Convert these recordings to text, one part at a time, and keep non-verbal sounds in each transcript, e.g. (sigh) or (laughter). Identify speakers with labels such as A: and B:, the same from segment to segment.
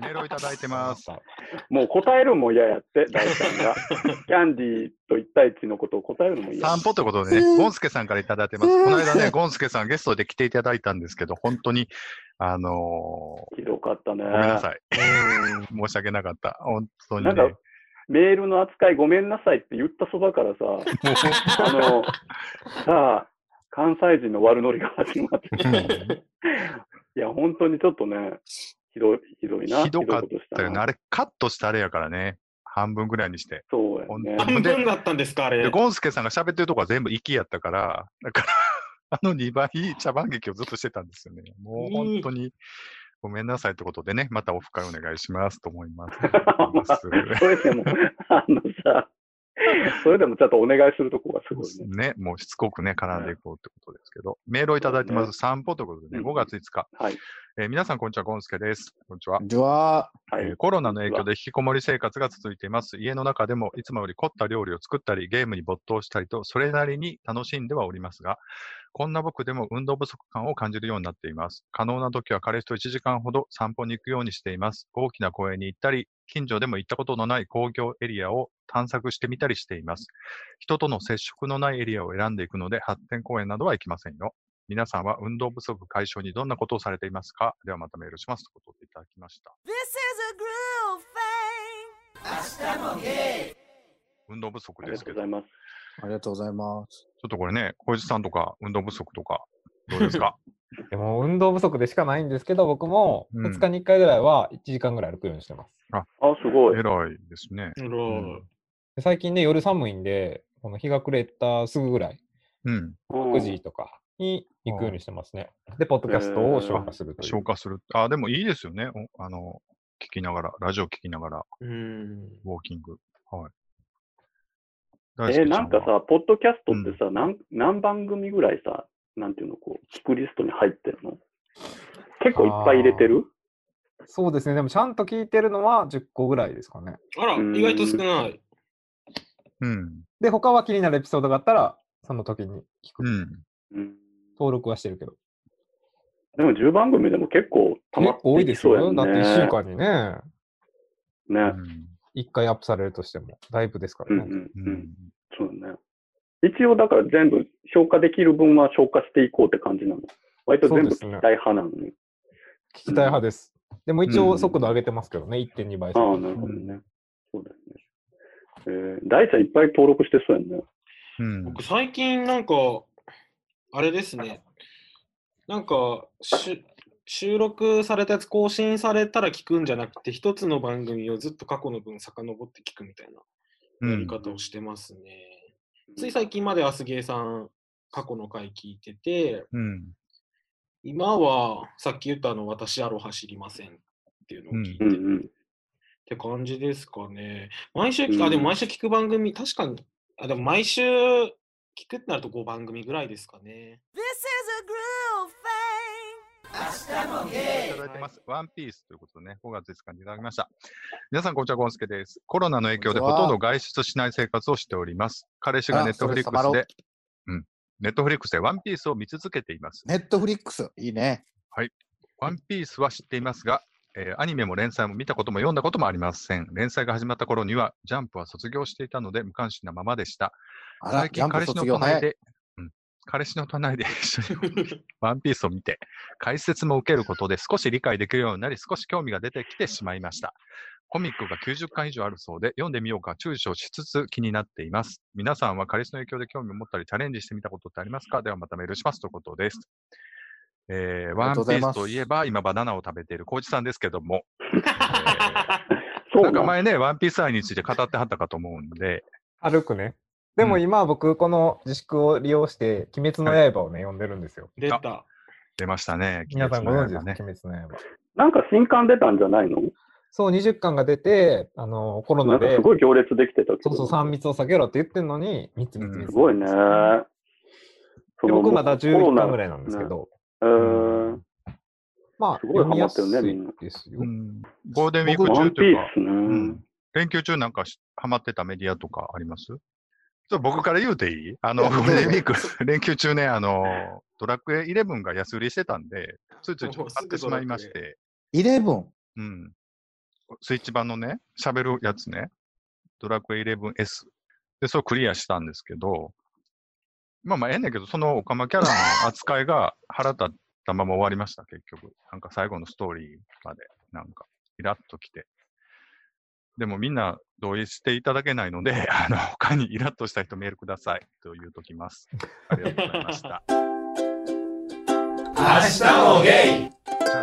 A: メールをいただいてます。
B: もう答えるのも嫌
A: (laughs)
B: やって、大ちゃんが。キャンディーと一対一のことを答えるのも嫌。
A: 散歩ということでね、ゴンスケさんからいただいてます。この間ね、ゴンスケさんゲストで来ていただいたんですけど、本当に、あのーご
B: ひどかったね。
A: めんなさい。申し訳なかった。本当に
B: な
A: ね。
B: んか、メールの扱いごめんなさいって言ったそばから
A: (laughs)
B: さ、あの、さあ、関西人の悪ノリが始まって、 (laughs) いや、本当にちょっとね、ひどい、ひどいな。
A: ひどかっ
B: ひいことした
A: だよね
B: な
A: あれ、カットしたあれやからね。半分ぐらいにして。
B: そう
A: 本
B: やね
A: 当。に
C: 半分だったんですか、あ
A: で、
C: れ。
A: ゴンスケさんが喋ってるとこは全部息やったから、だから、 (laughs) あの2倍茶番劇をずっとしてたんですよね。もう本当に、ごめんなさいってことでね、またオフ会お願いしますと思い
B: (laughs)
A: ます。
B: それでも、 (laughs) あのさ、それでもちゃんとお願いするとこがす
A: そう
B: ご
A: で
B: い
A: すね。
B: ね。
A: もうしつこくね、絡んでいこうってことですけど、メールをいただいてま
B: そう
A: す。散歩ということでね、
B: うん
A: 5月5日。
B: はい。
A: えー皆さん、こんにちは、ゴンスケです。こんにちは。
D: じゃあ、
B: は
A: え
B: い
A: ー。コロナの影響で引きこもり生活が続いています。家の中でもいつもより凝った料理を作ったり、ゲームに没頭したりと、それなりに楽しんではおりますが、こんな僕でも運動不足感を感じるようになっています。可能な時は彼氏と1時間ほど散歩に行くようにしています。大きな公園に行ったり、近所でも行ったことのない工業エリアを探索してみたりしています。人との接触のないエリアを選んでいくので、発展公園などは行きませんよ。皆さんは運動不足解消にどんなことをされていますかではまたメールします。ということでいただきました。
E: This is a groove thing.
A: 運動不足
B: あり
A: で
B: が
A: すけ
B: とう
A: ど、ち
B: ございます。
D: ありがとうございます。
A: ょっとこれね、小石さんとか運動不足とか、どうです
B: (laughs)
A: か
F: でも運動不足でしかないんですけど、僕も
A: うん
F: 2日に1回ぐらいは1時間ぐらい歩くようにしてます。
B: あ、すごい。
A: 偉いですね。
C: うろ
F: で最近ね、夜寒いんで、この日が暮れたすぐぐらい、
A: うん。
B: うん
F: 9時とかに行くようにしてますね。で、ポッドキャストを消化するという。
A: 消化する。あ、でもいいですよね。おあの、聞きながら、ラジオ聞きながら、
C: うん。
A: ウォーキング。はい。
B: え
A: 大輔
B: ー
A: ちゃ
B: なん
A: は
B: んか、さ、ポッドキャストってさ、なん、何番組ぐらいさ、なんていうの、こう、聞くリストに入ってるの結構いっぱい入れてる
F: そうですね。でもちゃんと聞いてるのは10個ぐらいですかね。
C: あら、
B: うん
C: 意外と少ない。
A: うん。
F: で、他は気になるエピソードがあったら、その時に聞く。
A: うん。
B: うん。
F: 登録はしてるけど。
B: でも10番組でも結構たまっ
F: 結
B: て
F: 構多い
B: き
F: です
B: そうや
F: よ。
B: ん
F: だって1週
B: ね。
F: 間にね、
A: う
B: ね。
A: ん。
F: 1回アップされるとしても、だいぶですか
B: う
F: ら
B: んう
F: ね。
B: ん
A: う
B: うん
A: ん。。
B: そうだね。一応だから全部消化できる分は消化していこうって感じなの。割と全部聞きたい派なのに。
F: 聞きたい派です。でも一応
B: うん
F: 速度上げてますけどね、1.2倍
B: あ
F: 速度
B: あ、なるほどね。そうだよね。えー、大ちゃんいっぱい登録してそうやんね。
A: うん。
C: 僕、最近なんか、あれですね。なんか、し収録されたやつ更新されたら聞くんじゃなくて、一つの番組をずっと過去の分遡って聞くみたいな。
A: う
C: やり
A: ん。
C: 方をしてますね。つい最近までアスゲーさん、過去の回聞いてて、
A: うん。の
C: 今はさっき言ったあの、私アロハ知りませんっていうのを聞いて
B: うん
C: る
B: う
C: っ
B: ん。
C: て感じですかね。毎週、
B: うん
C: あ、でも毎週聞く番組、確かに、あ、でも毎週聞くってなると5番組ぐらいですか
B: (laughs)
C: ね。
E: This is a groove thing.
A: いただいてます。ワンピースということでね、5月5日にいただきました。皆さん、こんにちは、ゴンスケです。コロナの影響で
D: こん
A: ほ
D: にちは
A: とんど外出しない生活をしております。彼氏が
D: あ
A: ネットフリックス
D: それ
A: で、うん、ネットフリックスでワンピースを見続けています。
D: ネットフリックス、いいね。
A: ワンピースは知っていますが、えーアニメも連載も見たことも読んだこともありません。連載が始まった頃には、ジャンプは卒業していたので無関心なままでした。
D: あら、
A: 最
D: ジ
A: 近
D: ャンプ
A: 彼氏の
D: 卒業早
A: 隣
D: い。
A: で、うん、彼氏の隣で一緒にワンピースを見て、解説も受けることで少し理解できるようになり、少し興味が出てきてしまいました。コミックが90巻以上あるそうで、読んでみようか躊躇しつつ気になっています。皆さんは彼氏の影響で興味を持ったり、チャレンジしてみたことってありますかではまたメールしますということです。えー、
D: あり
A: ワン
D: が
A: ピ
D: とうござい
A: ー
D: ま
A: ス
D: す
A: といえば、今バナナを食べている浩二さんですけども、
B: そ
A: な
B: うなんの
A: か前ね、ワンピース愛について語ってはったかと思うんで、
F: 歩くね。で
A: う
F: も
A: ん
F: 今僕、この自粛を利用して、鬼滅の刃をね、読んでるんですよ。
C: 出た。
A: 出ましたね。
F: 皆さんご存知です
A: ね
F: か、。鬼滅の刃。
B: なんか新刊出たんじゃないの
F: そう、20巻が出て、あの、コロ
B: な
F: ナ
B: んか
F: で、
B: すごい行列できてたけ
F: そ
B: ど。
F: うそう、3密を避けろって言ってんのに、3つ3つ3つ。
A: うん
B: すごいね。そ
F: で
B: の
F: 僕まだ
B: コロ
F: 11
B: ナ
F: 巻ぐらいなんですけど、
B: えー、
F: まあ、
B: すごい
F: 読み
B: ハマ
F: や
B: っ
F: す
B: て
F: い
B: るねみんな
F: ですよ
A: う。んゴールデンウィーク
B: ワ
A: 中
B: ン
A: と
B: ピ
A: い
B: ー
A: うか、
B: スね。
A: うん連休中なんかしハマってたメディアとかありますちょっと僕から言うていいあの、
D: い
A: ゴ
D: や
A: ールデンウィーク、連休中ね、あの、ドラクエイレブンが安売りしてたんで、ついついちょっと買ってしまいまして、
D: イレブン。
A: うん。スイッチ版のね、喋るやつね、ドラクエ 11S。で、それをクリアしたんですけど、まあまあええねんけど、そのオカマキャラの扱いが腹立ったまま終わりました、結局。なんか最後のストーリーまで、なんか、イラッときて。でもみんな同意していただけないので、あの、他にイラッとした人メールくださいと言うときます。ありがとうございました。
G: 明日もゲイ
A: じゃあ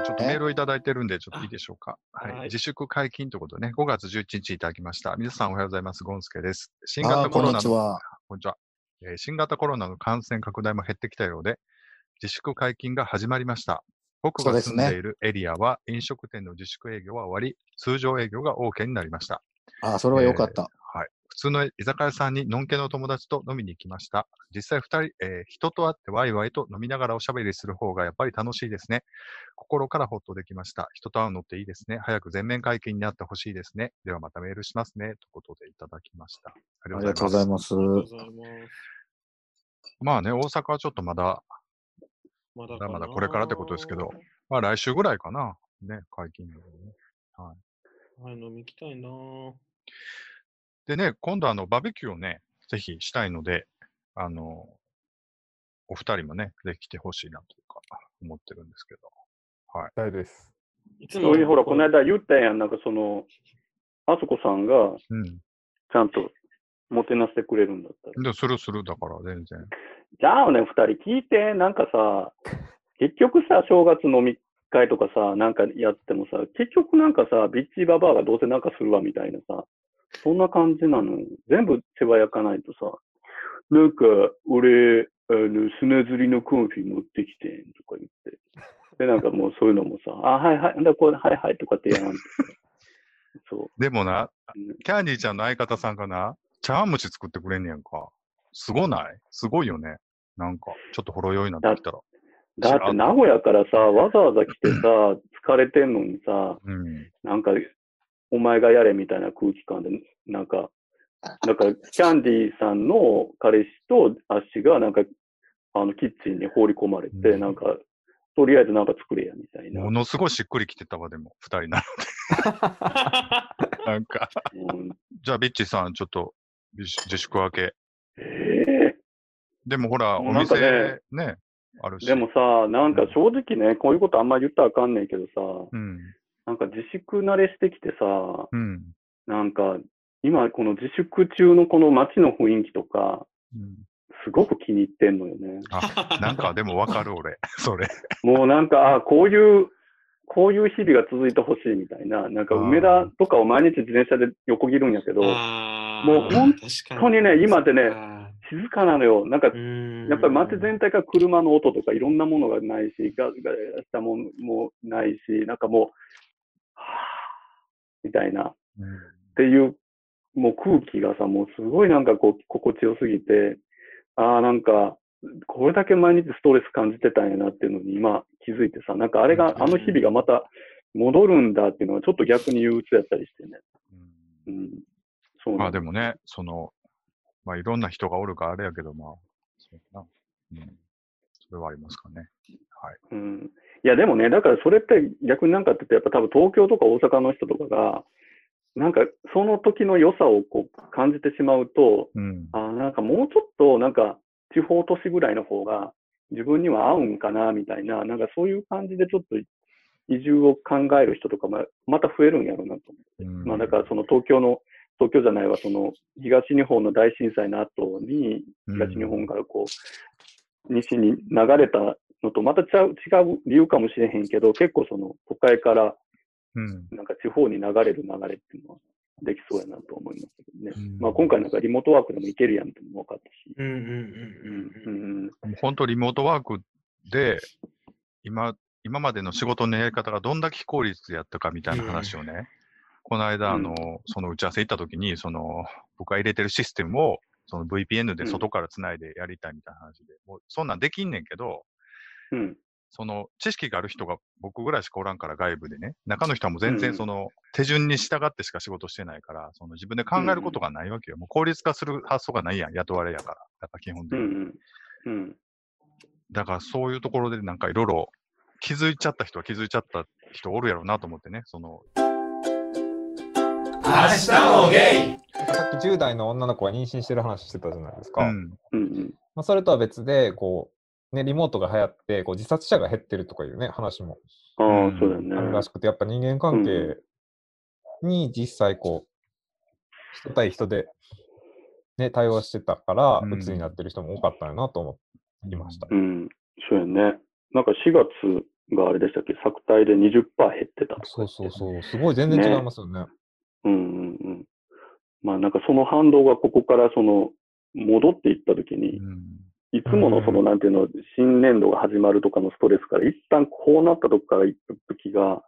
A: ちょっとメールをいただいてるんで、ちょっといいでしょうか。
C: あ
A: はい。
C: はい
A: 自粛解禁ということでね、5月11日いただきました。皆さんおはようございます。ゴンスケです。新
D: あ
A: 型
D: ー
A: コ
D: こ
A: ロ
D: ん
A: ナ
D: にち
A: の、
D: は。
A: こんにちは、えー新型コロナの感染拡大も減ってきたようで、自粛解禁が始まりました。僕
D: そう
A: が
D: です
A: 住ん
D: ね
A: でいるエリアは、飲食店の自粛営業は終わり、通常営業が OK になりました。
D: あー、それはよかった。
A: 普通の居酒屋さんにのんけの友達と飲みに行きました。実際二人、えー人と会ってワイワイと飲みながらおしゃべりする方がやっぱり楽しいですね。心からほっとできました。人と会うのっていいですね。早く全面解禁になってほしいですね。ではまたメールしますね。ということでいただきました。あり
D: あ
A: が
D: り
A: とうご
D: がとうご
A: ざ
D: ざ
A: い
D: い
A: ます。
C: あ
D: ます。
C: りがとうございます。
A: まあね、大阪はちょっとまだ、ま
C: まだ
A: だまだこれからってことですけど。まあ来週ぐらいかな。ね、解禁のね、
C: はい、飲み行きたいなぁ
A: でね、今度あの、バーベキューをね、ぜひしたいので、あの、お二人もね、ぜひ来てほしいなというか、思ってるんですけど。
F: 大丈夫です。
C: いつ
B: それにほら、この
C: 間
B: 間言ったやん、なんかその、あそこさんが
A: うん。
B: ちゃんともてなしてくれるんだったら。
A: で、するするだから、全然。
B: じゃあね、二人聞いて、なんかさ、結局さ、正月飲み会とかさ、なんかやってもさ、結局なんかさ、ビッチーババアがどうせなんかするわみたいなさ、そんな感じなのよ。全部手早かないとさ、なんか、俺、あの、砂ずりのコンフィ持ってきてんとか言って。で、なんかもうそういうのもさ、あ、はいはい、でこれはいはいとかってやらんとさ。そう。
A: でもな
B: うん、
A: キャンディーちゃんの相方さんがな、茶碗蒸し作ってくれんねやんか。すごないすごいよね。なんか、ちょっとほろ酔いになってきたら。
B: だって名古屋からさ、わざわざ来てさ、疲れてんのにさ、
A: うん。
B: なんか、お前がやれみたいな空気感で、なんか、だから、キャンディーさんの彼氏とアッシュが、なんか、あの、キッチンに放り込まれて、
A: うん
B: なんか、とりあえずなんか作れや、みたいな。
A: ものすごいしっくりきてたわ、でも、二人なので。 (laughs) なんか、
B: うん
A: じゃあ、ビッチーさん、ちょっと、自粛自粛明け、
B: え
A: でもほら、
B: も
A: お
B: うなんか
A: 店
B: ね
A: ね、あるし。
B: えでもさ、なんか正直ね、こういうことあんま言ったらあかんねんけどさ、
A: うん、
B: なんか自粛慣れしてきてさ、
A: うん。
B: なんか、今この自粛中のこの街の雰囲気とか、
A: うん。
B: すごく気に入ってんのよね。
C: (laughs)
A: なんか、でもわかる、俺。 (laughs) それ。
B: もうなんか、あこういう、こういう日々が続いてほしいみたいな、なんか
A: あー
B: 梅田とかを毎日自転車で横切るんやけど、も
C: も
B: う本当にね今ってね
C: や
B: 静かなのよ。なんか、やっぱり街全体が車の音とかいろんなものがないし、ガガガガしたもんもないし、なんかもう、はぁ、みたいな、っていう、もう空気がさ、もうすごいなんかこう、心地よすぎて、ああ、なんか、これだけ毎日ストレス感じてたんやなっていうのに今気づいてさ、なんかあれが、あの日々がまた戻るんだっていうのはちょっと逆に憂鬱やったりしてね。
A: うん
B: うん。そう
A: まあ
B: な
A: で
B: の
A: もね、その、まあいろんな人がおるからあれやけど、まあ、そうかな。うん。それはありますかね。
B: うん。いや、でもね、だからそれって逆になんかって言って、やっぱ多分東京とか大阪の人とかが、なんかその時の良さをこう感じてしまうと、
A: うん。
B: あーなんかもうちょっとなんか地方都市ぐらいの方が自分には合うんかなみたいな、なんかそういう感じでちょっと移住を考える人とかもまた増えるんやろうなと。
A: うん
B: まあだからその東京の、東京じゃないわ、その東日本の大震災の後に東日本からこう、西に流れたのとまた違う違う理由かもしれへんけど、結構その都会から
A: うん。
B: なんか地方に流れる流れっていうのはできそうやなと思いますけどね。
A: うん
B: まあ今回なんかリモートワークでもいけるやんっていうのも分かったし。
C: うんうん
B: うん
C: うんう
B: うんんうん
A: 本当リモートワークで、今、今までの仕事のやり方がどんだけ非効率やったかみたいな話をね、この間、あの、その打ち合わせ行った時に、その、僕が入れてるシステムを、その VPN で外から繋いでやりたいみたいな話で、もうそんなんできんねんけど、
B: うん
A: その知識がある人が僕ぐらいしかおらんから外部でね、中の人はもう全
B: う
A: 然
B: ん
A: その手順に従ってしか仕事してないから、その自分で考えることがないわけよ。もう効率化する発想がないやん、雇われやから。やっぱ基本
B: う
A: 的に。
B: んうん
A: だからそういうところでなんかいろいろ気づいちゃった人は気づいちゃった人おるやろうなと思ってね、その、
G: 日もゲイ
F: さっき10代の女の子が妊娠してる話してたじゃないですか。
A: うん。
B: うん
F: まあ、それとは別で、こう、ね、リモートが流行って、こう自殺者が減ってるとかいうね、話も
B: うん。
A: う
B: あ
A: ん
B: あ、そうだよね
F: あ。るらしくて、やっぱ人間関係に実際こう、人対人で、ね、対応してたから、
A: うん
F: 鬱になってる人も多かったよなと思いました。
B: うん。そうやね。なんか4月があれでしたっけ作体で20%減ってたとか。
F: そうそうそう、すごい全然違いますよね。
B: うんうんうん。まあなんかその反動がここからその戻っていったときに、いつものそのなんていうの、新年度が始まるとかのストレスから一旦こうなったとこから行くときが、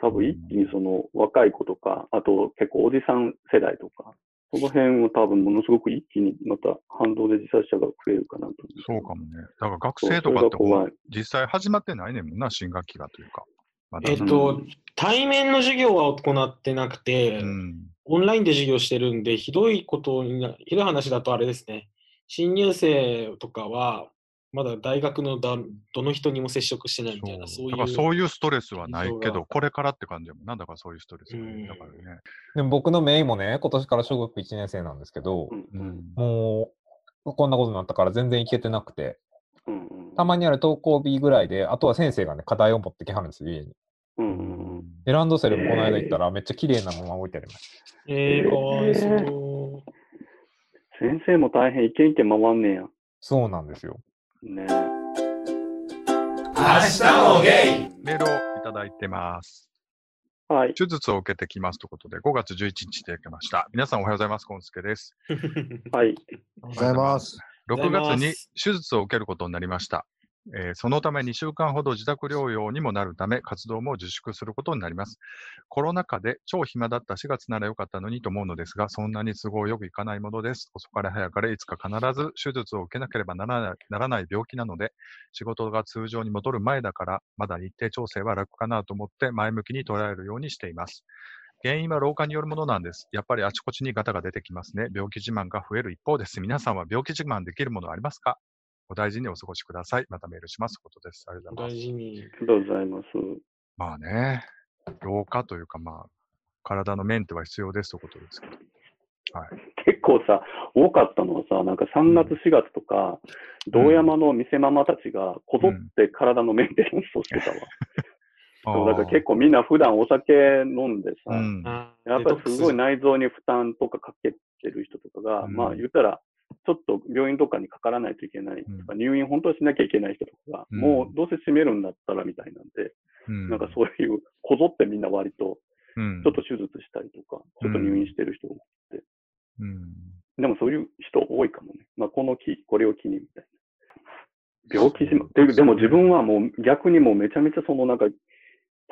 B: 多分一気にその若い子とか、あと結構おじさん世代とか、その辺を多分ものすごく一気にまた反動で自殺者が増えるかなと。
A: そうかもね。だから学
B: そう。
A: 生とかって
B: それが怖い。
A: 実際始まってないねんもんな、新学期がというか。まだ
C: えっ
B: う
C: と
B: ん、
C: 対面の授業は行ってなくて、
A: うん。
C: オンラインで授業してるんで、ひどいことにな、ひどい話だとあれですね、新入生とかは、まだ大学のだどの人にも接触してないみたいな、
A: そ
C: そうう
A: だ
C: い
A: から
C: う。
A: そういうストレスはないけ
C: そう
A: ど、
C: だ
A: これからって感じやもんな。だからそういうストレスがね、
C: うん
A: だからね。
F: でも僕のメイもね、今年から小学1年生なんですけど、
B: うんうん
F: もう、こんなことになったから全然行けてなくて、
B: うん
F: たまにある登校日ぐらいで、あとは先生がね、課題を持ってきはるんですよ、家に。
B: うんうんうん。
F: で、ランドセルもこの間行ったら、めっちゃ綺麗なまま置いてありまし
C: えー、かわいそう。
B: 先生も大変一軒一軒回んねや。
F: た。そうなんですよ。
G: 明
B: ね
G: 日もゲイ
A: メールをいただいてます。
B: はい。
A: 手術を受けてきますということで、5月11日いただきました。皆さんおはようございます。コンスケです。
B: はい。
D: おはようございます。
A: 6月に
C: ありがとうございま
A: 手術を受けることになりました。えーそのため2週間ほど自宅療養にもなるため活動も自粛することになります。コロナ禍で超暇だった4月なら良かったのにと思うのですが、そんなに都合よくいかないものです。遅かれ早かれいつか必ず手術を受けなければならないならない病気なので、仕事が通常に戻る前だから、まだ日程調整は楽かなと思って前向きに捉えるようにしています。原因は老化によるものなんです。やっぱりあちこちにガタが出てきますね。病気自慢が増える一方です。皆さんは病気自慢できるものありますかお大事にお過ごしください。またメールします。ことです。ありがとうござ
C: (laughs) 大
A: います。
C: 事に。
B: ありがとうございます。
A: まあね、老化というかまあ、体のメンテは必要ですということですけど。
B: 結構さ、多かったのはさ、なんか3月、4月とか、道山の店ママたちがこぞって体のメンテナンスをしてたわ。そうだから結構みんな普段お酒飲んで
A: う
B: さ、
A: ん。
C: あー
B: やっぱりすごい。
C: デトック
B: 内臓に負担とかかけてる人とかが、
A: うん
B: まあ言ったら、ちょっと病院とかにかからないといけないとか、入院本当はしなきゃいけない人とかが、
A: うん
B: もうどうせ閉めるんだったらみたいなんで、
A: うん
B: なんかそういう、こぞってみんな割と、
A: うん
B: ちょっと手術したりとか、ちょっと入院してる人も
A: うん
B: でもそういう人多いかもね。まあ、この木、これを機にみたいな。病気自慢。ででも自分はもう逆にもうめちゃめちゃそのなんか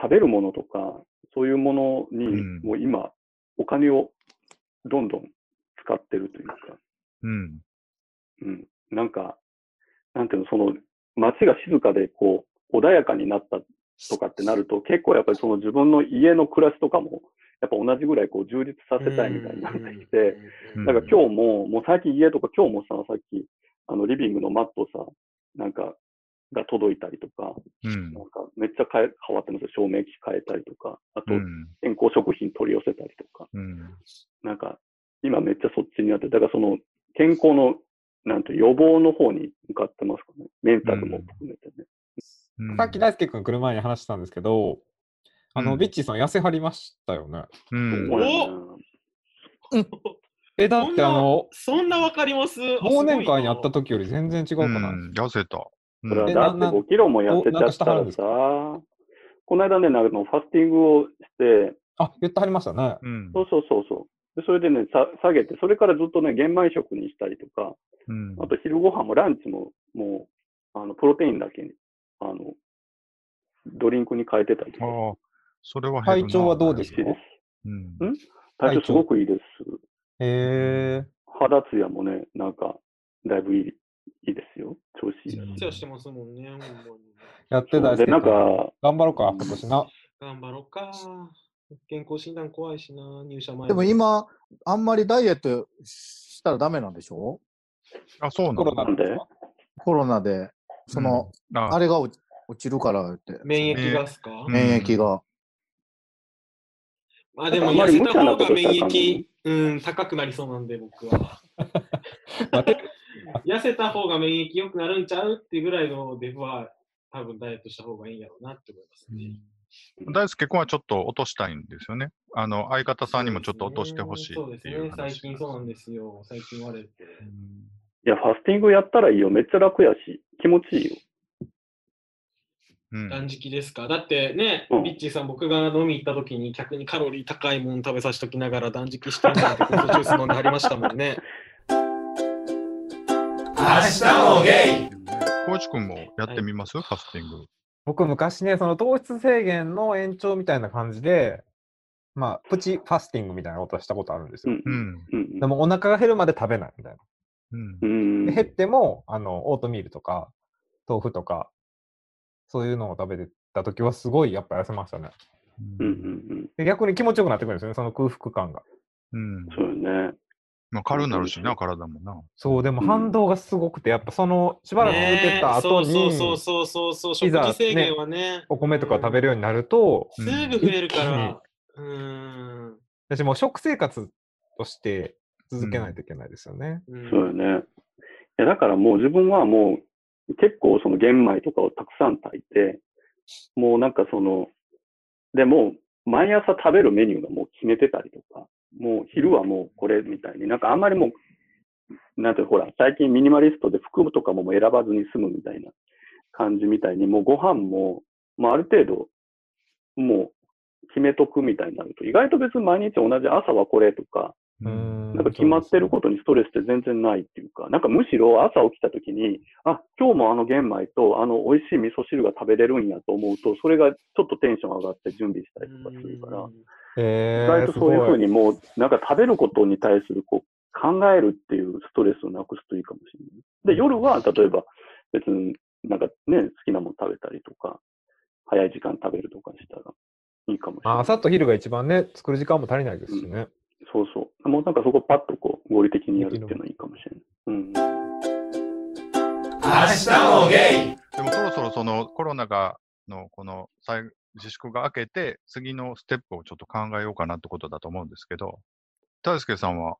B: 食べるものとか、そういうものに
A: うん
B: もう今お金をどんどん使ってるというか、
A: うん。
B: うん。なんか、なんていうの、その街が静かでこう穏やかになったとかってなると結構やっぱりその自分の家の暮らしとかもやっぱ同じぐらいこう充実させたいみたいになってきて、
A: うん
B: なんか今日も、もう最近家とか今日もさ、さっき、あの、リビングのマットさ、なんか、が届いたりとか、
A: うん
B: なんかめっちゃ変え変わってますよ。照明機変えたりとか、あと
A: うん。
B: 健康食品取り寄せたりとか、
A: うん。
B: なんか、今めっちゃそっちにあって、だからその、健康の、なんて予防の方に向かってますかね。メンタルも含めてね。
A: うん
F: さっき大輔君来る前に話したんですけど、あの、
A: うん
F: ビッチーさん痩せはりましたよね。
A: うん
B: そ。うやね
F: え、だってあの、
C: そんなわかります
F: 忘年会に会った時より全然違う
A: う
F: かな。
A: ん痩せた。う
B: それは
A: ん
F: え
B: だ
F: な
B: って
F: な
B: 5キロもやってちゃった
F: おなん
B: ら
F: かし
B: さ
F: て、
B: この間ね、なんかもうファスティングをして、
F: あ、言ってはりましたね。
A: うん
B: そうそうそうそう。でそれでね、さ下げて、それからずっとね、玄米食にしたりとか、
A: うん
B: あと昼ご飯もランチも、もう、あの、プロテインだけに、あの、ドリンクに変えてたりとか。
A: ああ、それは減る
F: 体
A: な
F: 調はどうです
B: 美
F: か
B: 味しいです。
A: うん
B: ん体調すごくいいです。
F: へえ
B: 肌ツヤもね、なんか、だいぶいい、いいですよ。調子いいです。
C: ツヤしてますもんね、ほんまに
F: やって大
B: で、
F: 輔君。
B: なんか、
F: 頑張ろうか、今年な。
C: 頑張ろうか。健康診断怖いしな、入社前。
D: でも、今、あんまりダイエットしたらダメなんでしょ
A: あ、そうな
F: コロ
A: の
F: ナですか
D: コロナで、その、
A: あ
D: あれが落落ちるからって、
C: 免疫がっすか、
A: うん
D: 免疫が。
C: まあでも
B: あんま
C: 痩
B: り
C: せ
B: 無
C: た
B: 茶な
C: 方
B: こ
C: が
B: とした
C: 免
B: らあかんね
C: 疫、うん、高くなりそうなんで、
B: (laughs)
C: 僕は。
F: 待
C: 痩せた方が免疫良くなるんちゃうっていうぐらいのデブは、多分ダイエットした方がいいんやろうなって思いますね。
A: 大輔君はちょっと落としたいんですよね。あの、相方さんにもちょっと落としてほしい
C: そうで
A: っ
C: す
A: ていう
C: ね。最
A: 話。
C: 近そうなんですよ。最近言われて。
B: いや、ファスティングやったらいいよ。めっちゃ楽やし、気持ちいいよ。
A: うん
C: 断食ですかだってね
B: うん、
C: ビッチーさん、僕が飲み行った時に客にカロリー高いもの食べさせときながら断食してんだって、フルーツジュース飲んではりましたもんね。
G: 明日もゲイ
A: 浩一君もやってみます、ファスティング。
F: 僕、昔ね、その糖質制限の延長みたいな感じで、まあ、プチファスティングみたいなことはしたことあるんです
B: う
F: よ。
B: ん
A: う。ん。
B: うん
F: でも、お腹が減るまで食べないみたいな。
A: うん
B: う。ん。
F: で減っても、あの、オートミールとか、豆腐とか、そういうのを食べてた時は、すごいやっぱ痩せましたね。
B: うんうんうん。
F: で逆に気持ちよくなってくるんですよね、その空腹感が。
A: うん。
B: そうよね。
A: まあ、軽になるしな、体もな。
F: そう、でも
B: うん
F: 反動がすごくて、やっぱその、しばらく続けた後
C: ねえそう
F: に、
C: そうそうそうそう、
F: い
C: 食
F: ざ
C: 事制限はね、
F: お米とか食べるようになると、
A: う
C: す
A: ん
C: ぐ増えるから、うーん、
F: 私もう食生活として続けないといけないですよね。
C: うん
B: そうよね。いや、だからもう自分はもう、結構その玄米とかをたくさん炊いて、もうなんかその、でも、毎朝食べるメニューがもう決めてたりとか、もう昼はもうこれみたいになんかあんまりもう、なんていうのほら、最近ミニマリストで服とかももう選ばずに済むみたいな感じみたいに、もうご飯も、まあある程度、もう決めとくみたいになると、意外と別に毎日同じ朝はこれとか、
F: うん
B: なんか決まってることにストレスって全然ないっていうか、なんかむしろ朝起きた時に、あ、今日もあの玄米とあの美味しい味噌汁が食べれるんやと思うと、それがちょっとテンション上がって準備したりとかするから、
F: え
B: 意
F: ー
B: 外とそういうふうにもう、なんか食べることに対するこう考えるっていうストレスをなくすといいかもしれない。で、夜は例えば別になんかね、好きなもの食べたりとか、早い時間食べるとかしたらいいかもしれ
F: あ
B: ない。
F: 朝と昼が一番ね、作る時間も足りないですしね。
B: そうそう。もうなんかそこパッとこう合理的にやるっていうのはいいかもしれない。うん。
G: 明日もゲイ
A: でもそろそろそのコロナがのこの再自粛が明けて、次のステップをちょっと考えようかなってことだと思うんですけど、大輔さんは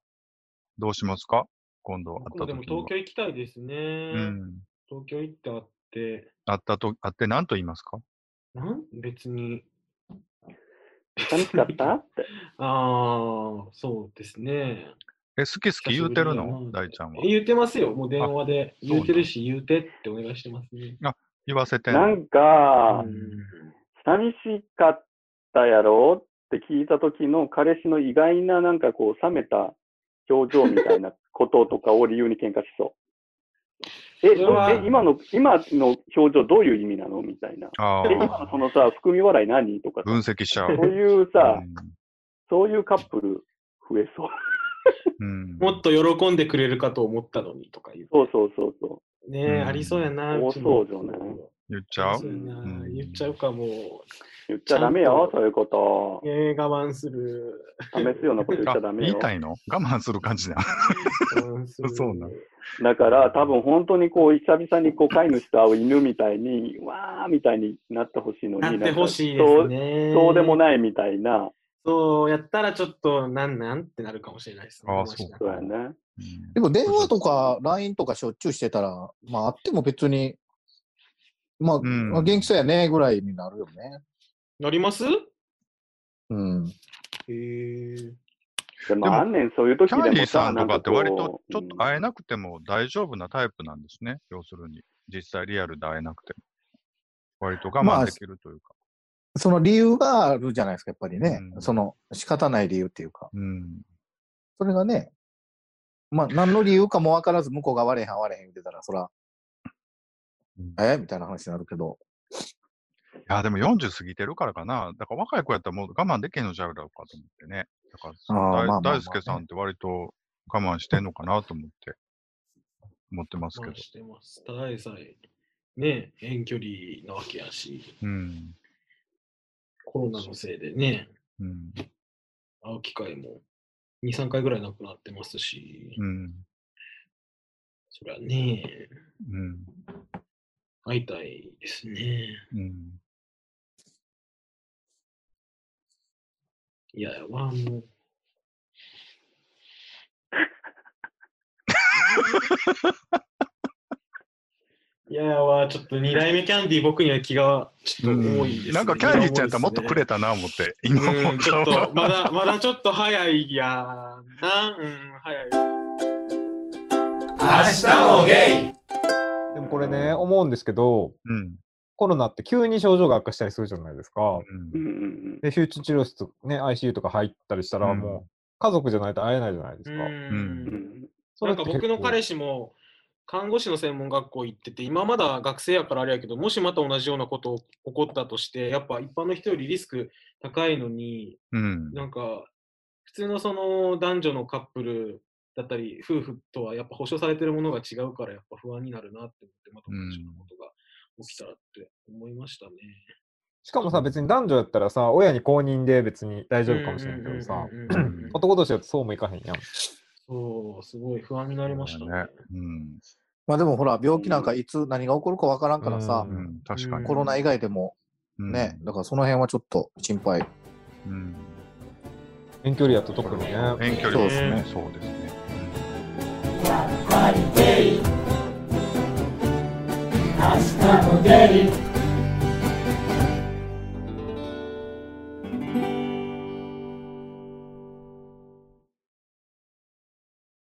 A: どうしますか今度会った
C: 僕もでも
A: 時には
C: 東京行きたいですね。
A: うん。
C: 東京行ってあって、
A: 会ったと、会って何と言いますか
C: なん別に、
B: 楽しかったって。
C: ああ、そうですね。
A: え、好き好き言うてるの
C: 久しぶりだな
A: 大ちゃんは。
C: 言うてますよ、もう電話で。
A: そうなん
C: 言うてるし、言うてってお願いしてますね。
A: 言わせてん
B: な
A: の。
B: んか
C: う、ん
B: 寂しかったやろって聞いた時の彼氏の意外ななんかこう冷めた表情みたいなこととかを理由に喧嘩しそう。え、
C: それは
B: え今の、今の表情どういう意味なのみたいな。
A: あ
B: え、今の
A: あ、
B: そのさ、含み笑い何とかさ
A: 分析しちゃう
B: そ。ういうさ
A: う、ん
B: そういうカップル増えそう。
A: うん
C: もっと喜んでくれるかと思ったのにとか言う。
B: そうそうそうそ
C: ね
A: う
C: え、
A: ん
C: ありそうやな。
B: 多そうじゃない
A: 言っちゃう
C: そうやな
A: うん
C: 言っちゃうかもう。
B: う。言っちゃダメよ、そういうこと。
C: ねえ、我慢する。
A: (laughs)
B: 試すようなこと言っ
A: あ
B: ちゃダメ
A: 言い
B: よ。
A: たいの我慢する感じだ。
C: 我慢する
A: そうなの
B: だから、多分本当にこう、久々にこう、飼い主と会う犬みたいに、わーみたいになってほしいのに、
C: なってほしい
B: な
C: で
B: んか
C: すね。
B: そうそうでも
C: ない。
B: ないみたいな、
C: そうやったらちょっと、なんなんってなるかもしれないですね。
A: ああ
C: もしかした
B: そう
C: ら
B: やね。
A: うん
D: でも電話とか LINE とかしょっちゅうしてたら、まああっても別に、まあ、
A: ん
D: まあ元気そうやねぐらいになるよね。
C: 乗りますへ
D: うん。
C: え。
B: で
A: で
B: も、
A: も
B: あんねん、そういう時
A: キ
B: で
A: ャ
B: も
A: ンディー
B: さ、
A: さんとかって割とちょっと会え
B: な
A: なくても大丈夫なタイプなんですね。要するに。実際リアルで会えなくても。割と我慢できるというか。
D: その理由があるじゃないですか、やっぱりね。
A: うん
D: その仕方ない理由っていうか。
A: うん。
D: それがね、まあ何の理由かもわからず向こうが割れへん割れへん言ってたら、そら、
A: うん
D: えみたいな話になるけど。
A: いや、でも40過ぎてるからかな。だから若い子やったらもう我慢できへんのちゃうだろうかと思ってね。だからそ
D: あーまあま
A: の
D: あまあ
A: 大、大輔さんって割と我慢してんのかなと思って、思ってますけど
C: まあ。してます。ただでさえ、ねえ、遠距離なわけやし、
A: うん。
C: コロナのせいでね、
A: うん。
C: 会う機会も2、3回ぐらいなくなってますし、
A: うん。
C: そりゃねえ、
A: うん。
C: 会いたいですね。
A: うん。
C: いや、わあ、もう。 (laughs) いやわあ、ちょっと二代目キャンディー僕には気がちょっと多いです、ね
A: なんかキャンディーちゃんともっとくれたな思って、今思
C: うん、
A: っ
C: ち
A: た
C: ょっ
A: わ
C: と、まだ、まだちょっと早いやな、うん、早い。
G: 明日もゲイ
F: でもこれね、思うんですけど、
A: うん。
F: コロナって急に症状が悪化したりするじゃないですか。
A: うん
B: うんうん
F: で、集中治療室、ね、ICU とか入ったりしたら、
A: うん
F: もう、家族じゃないと会えないじゃないです
C: う。
F: か。
B: うんん
F: そ
C: な
F: れ
C: んか
F: って結構
C: 僕の彼氏も、看護師の専門学校行ってて、今まだ学生やからあれやけど、もしまた同じようなこと起こったとして、やっぱ一般の人よりリスク高いのに、
A: うん。
C: なんか、普通のその男女のカップルだったり、夫婦とはやっぱ保障されてるものが違うから、やっぱ不安になるなって思って、また同じようなことが起きたらって思いましたね。
F: しかもさ、別に男女やったらさ、親に公認で別に大丈夫かもしれないけどさ、
C: うんうんうんうんうん
F: 男同士だとそうもいかへんやん。
C: そう、すごい不安になりましたね。
A: うん。
D: まあでもほら、病気なんかいつ何が起こるかわからんからさ
A: う、ん。確かに。
D: コロナ以外でも
A: うん
D: ね、だからその辺はちょっと心配。
A: うん。
F: 遠距離やと特にね。
A: 遠距離
D: そうですね
A: そうですね。
G: 明日もゲイ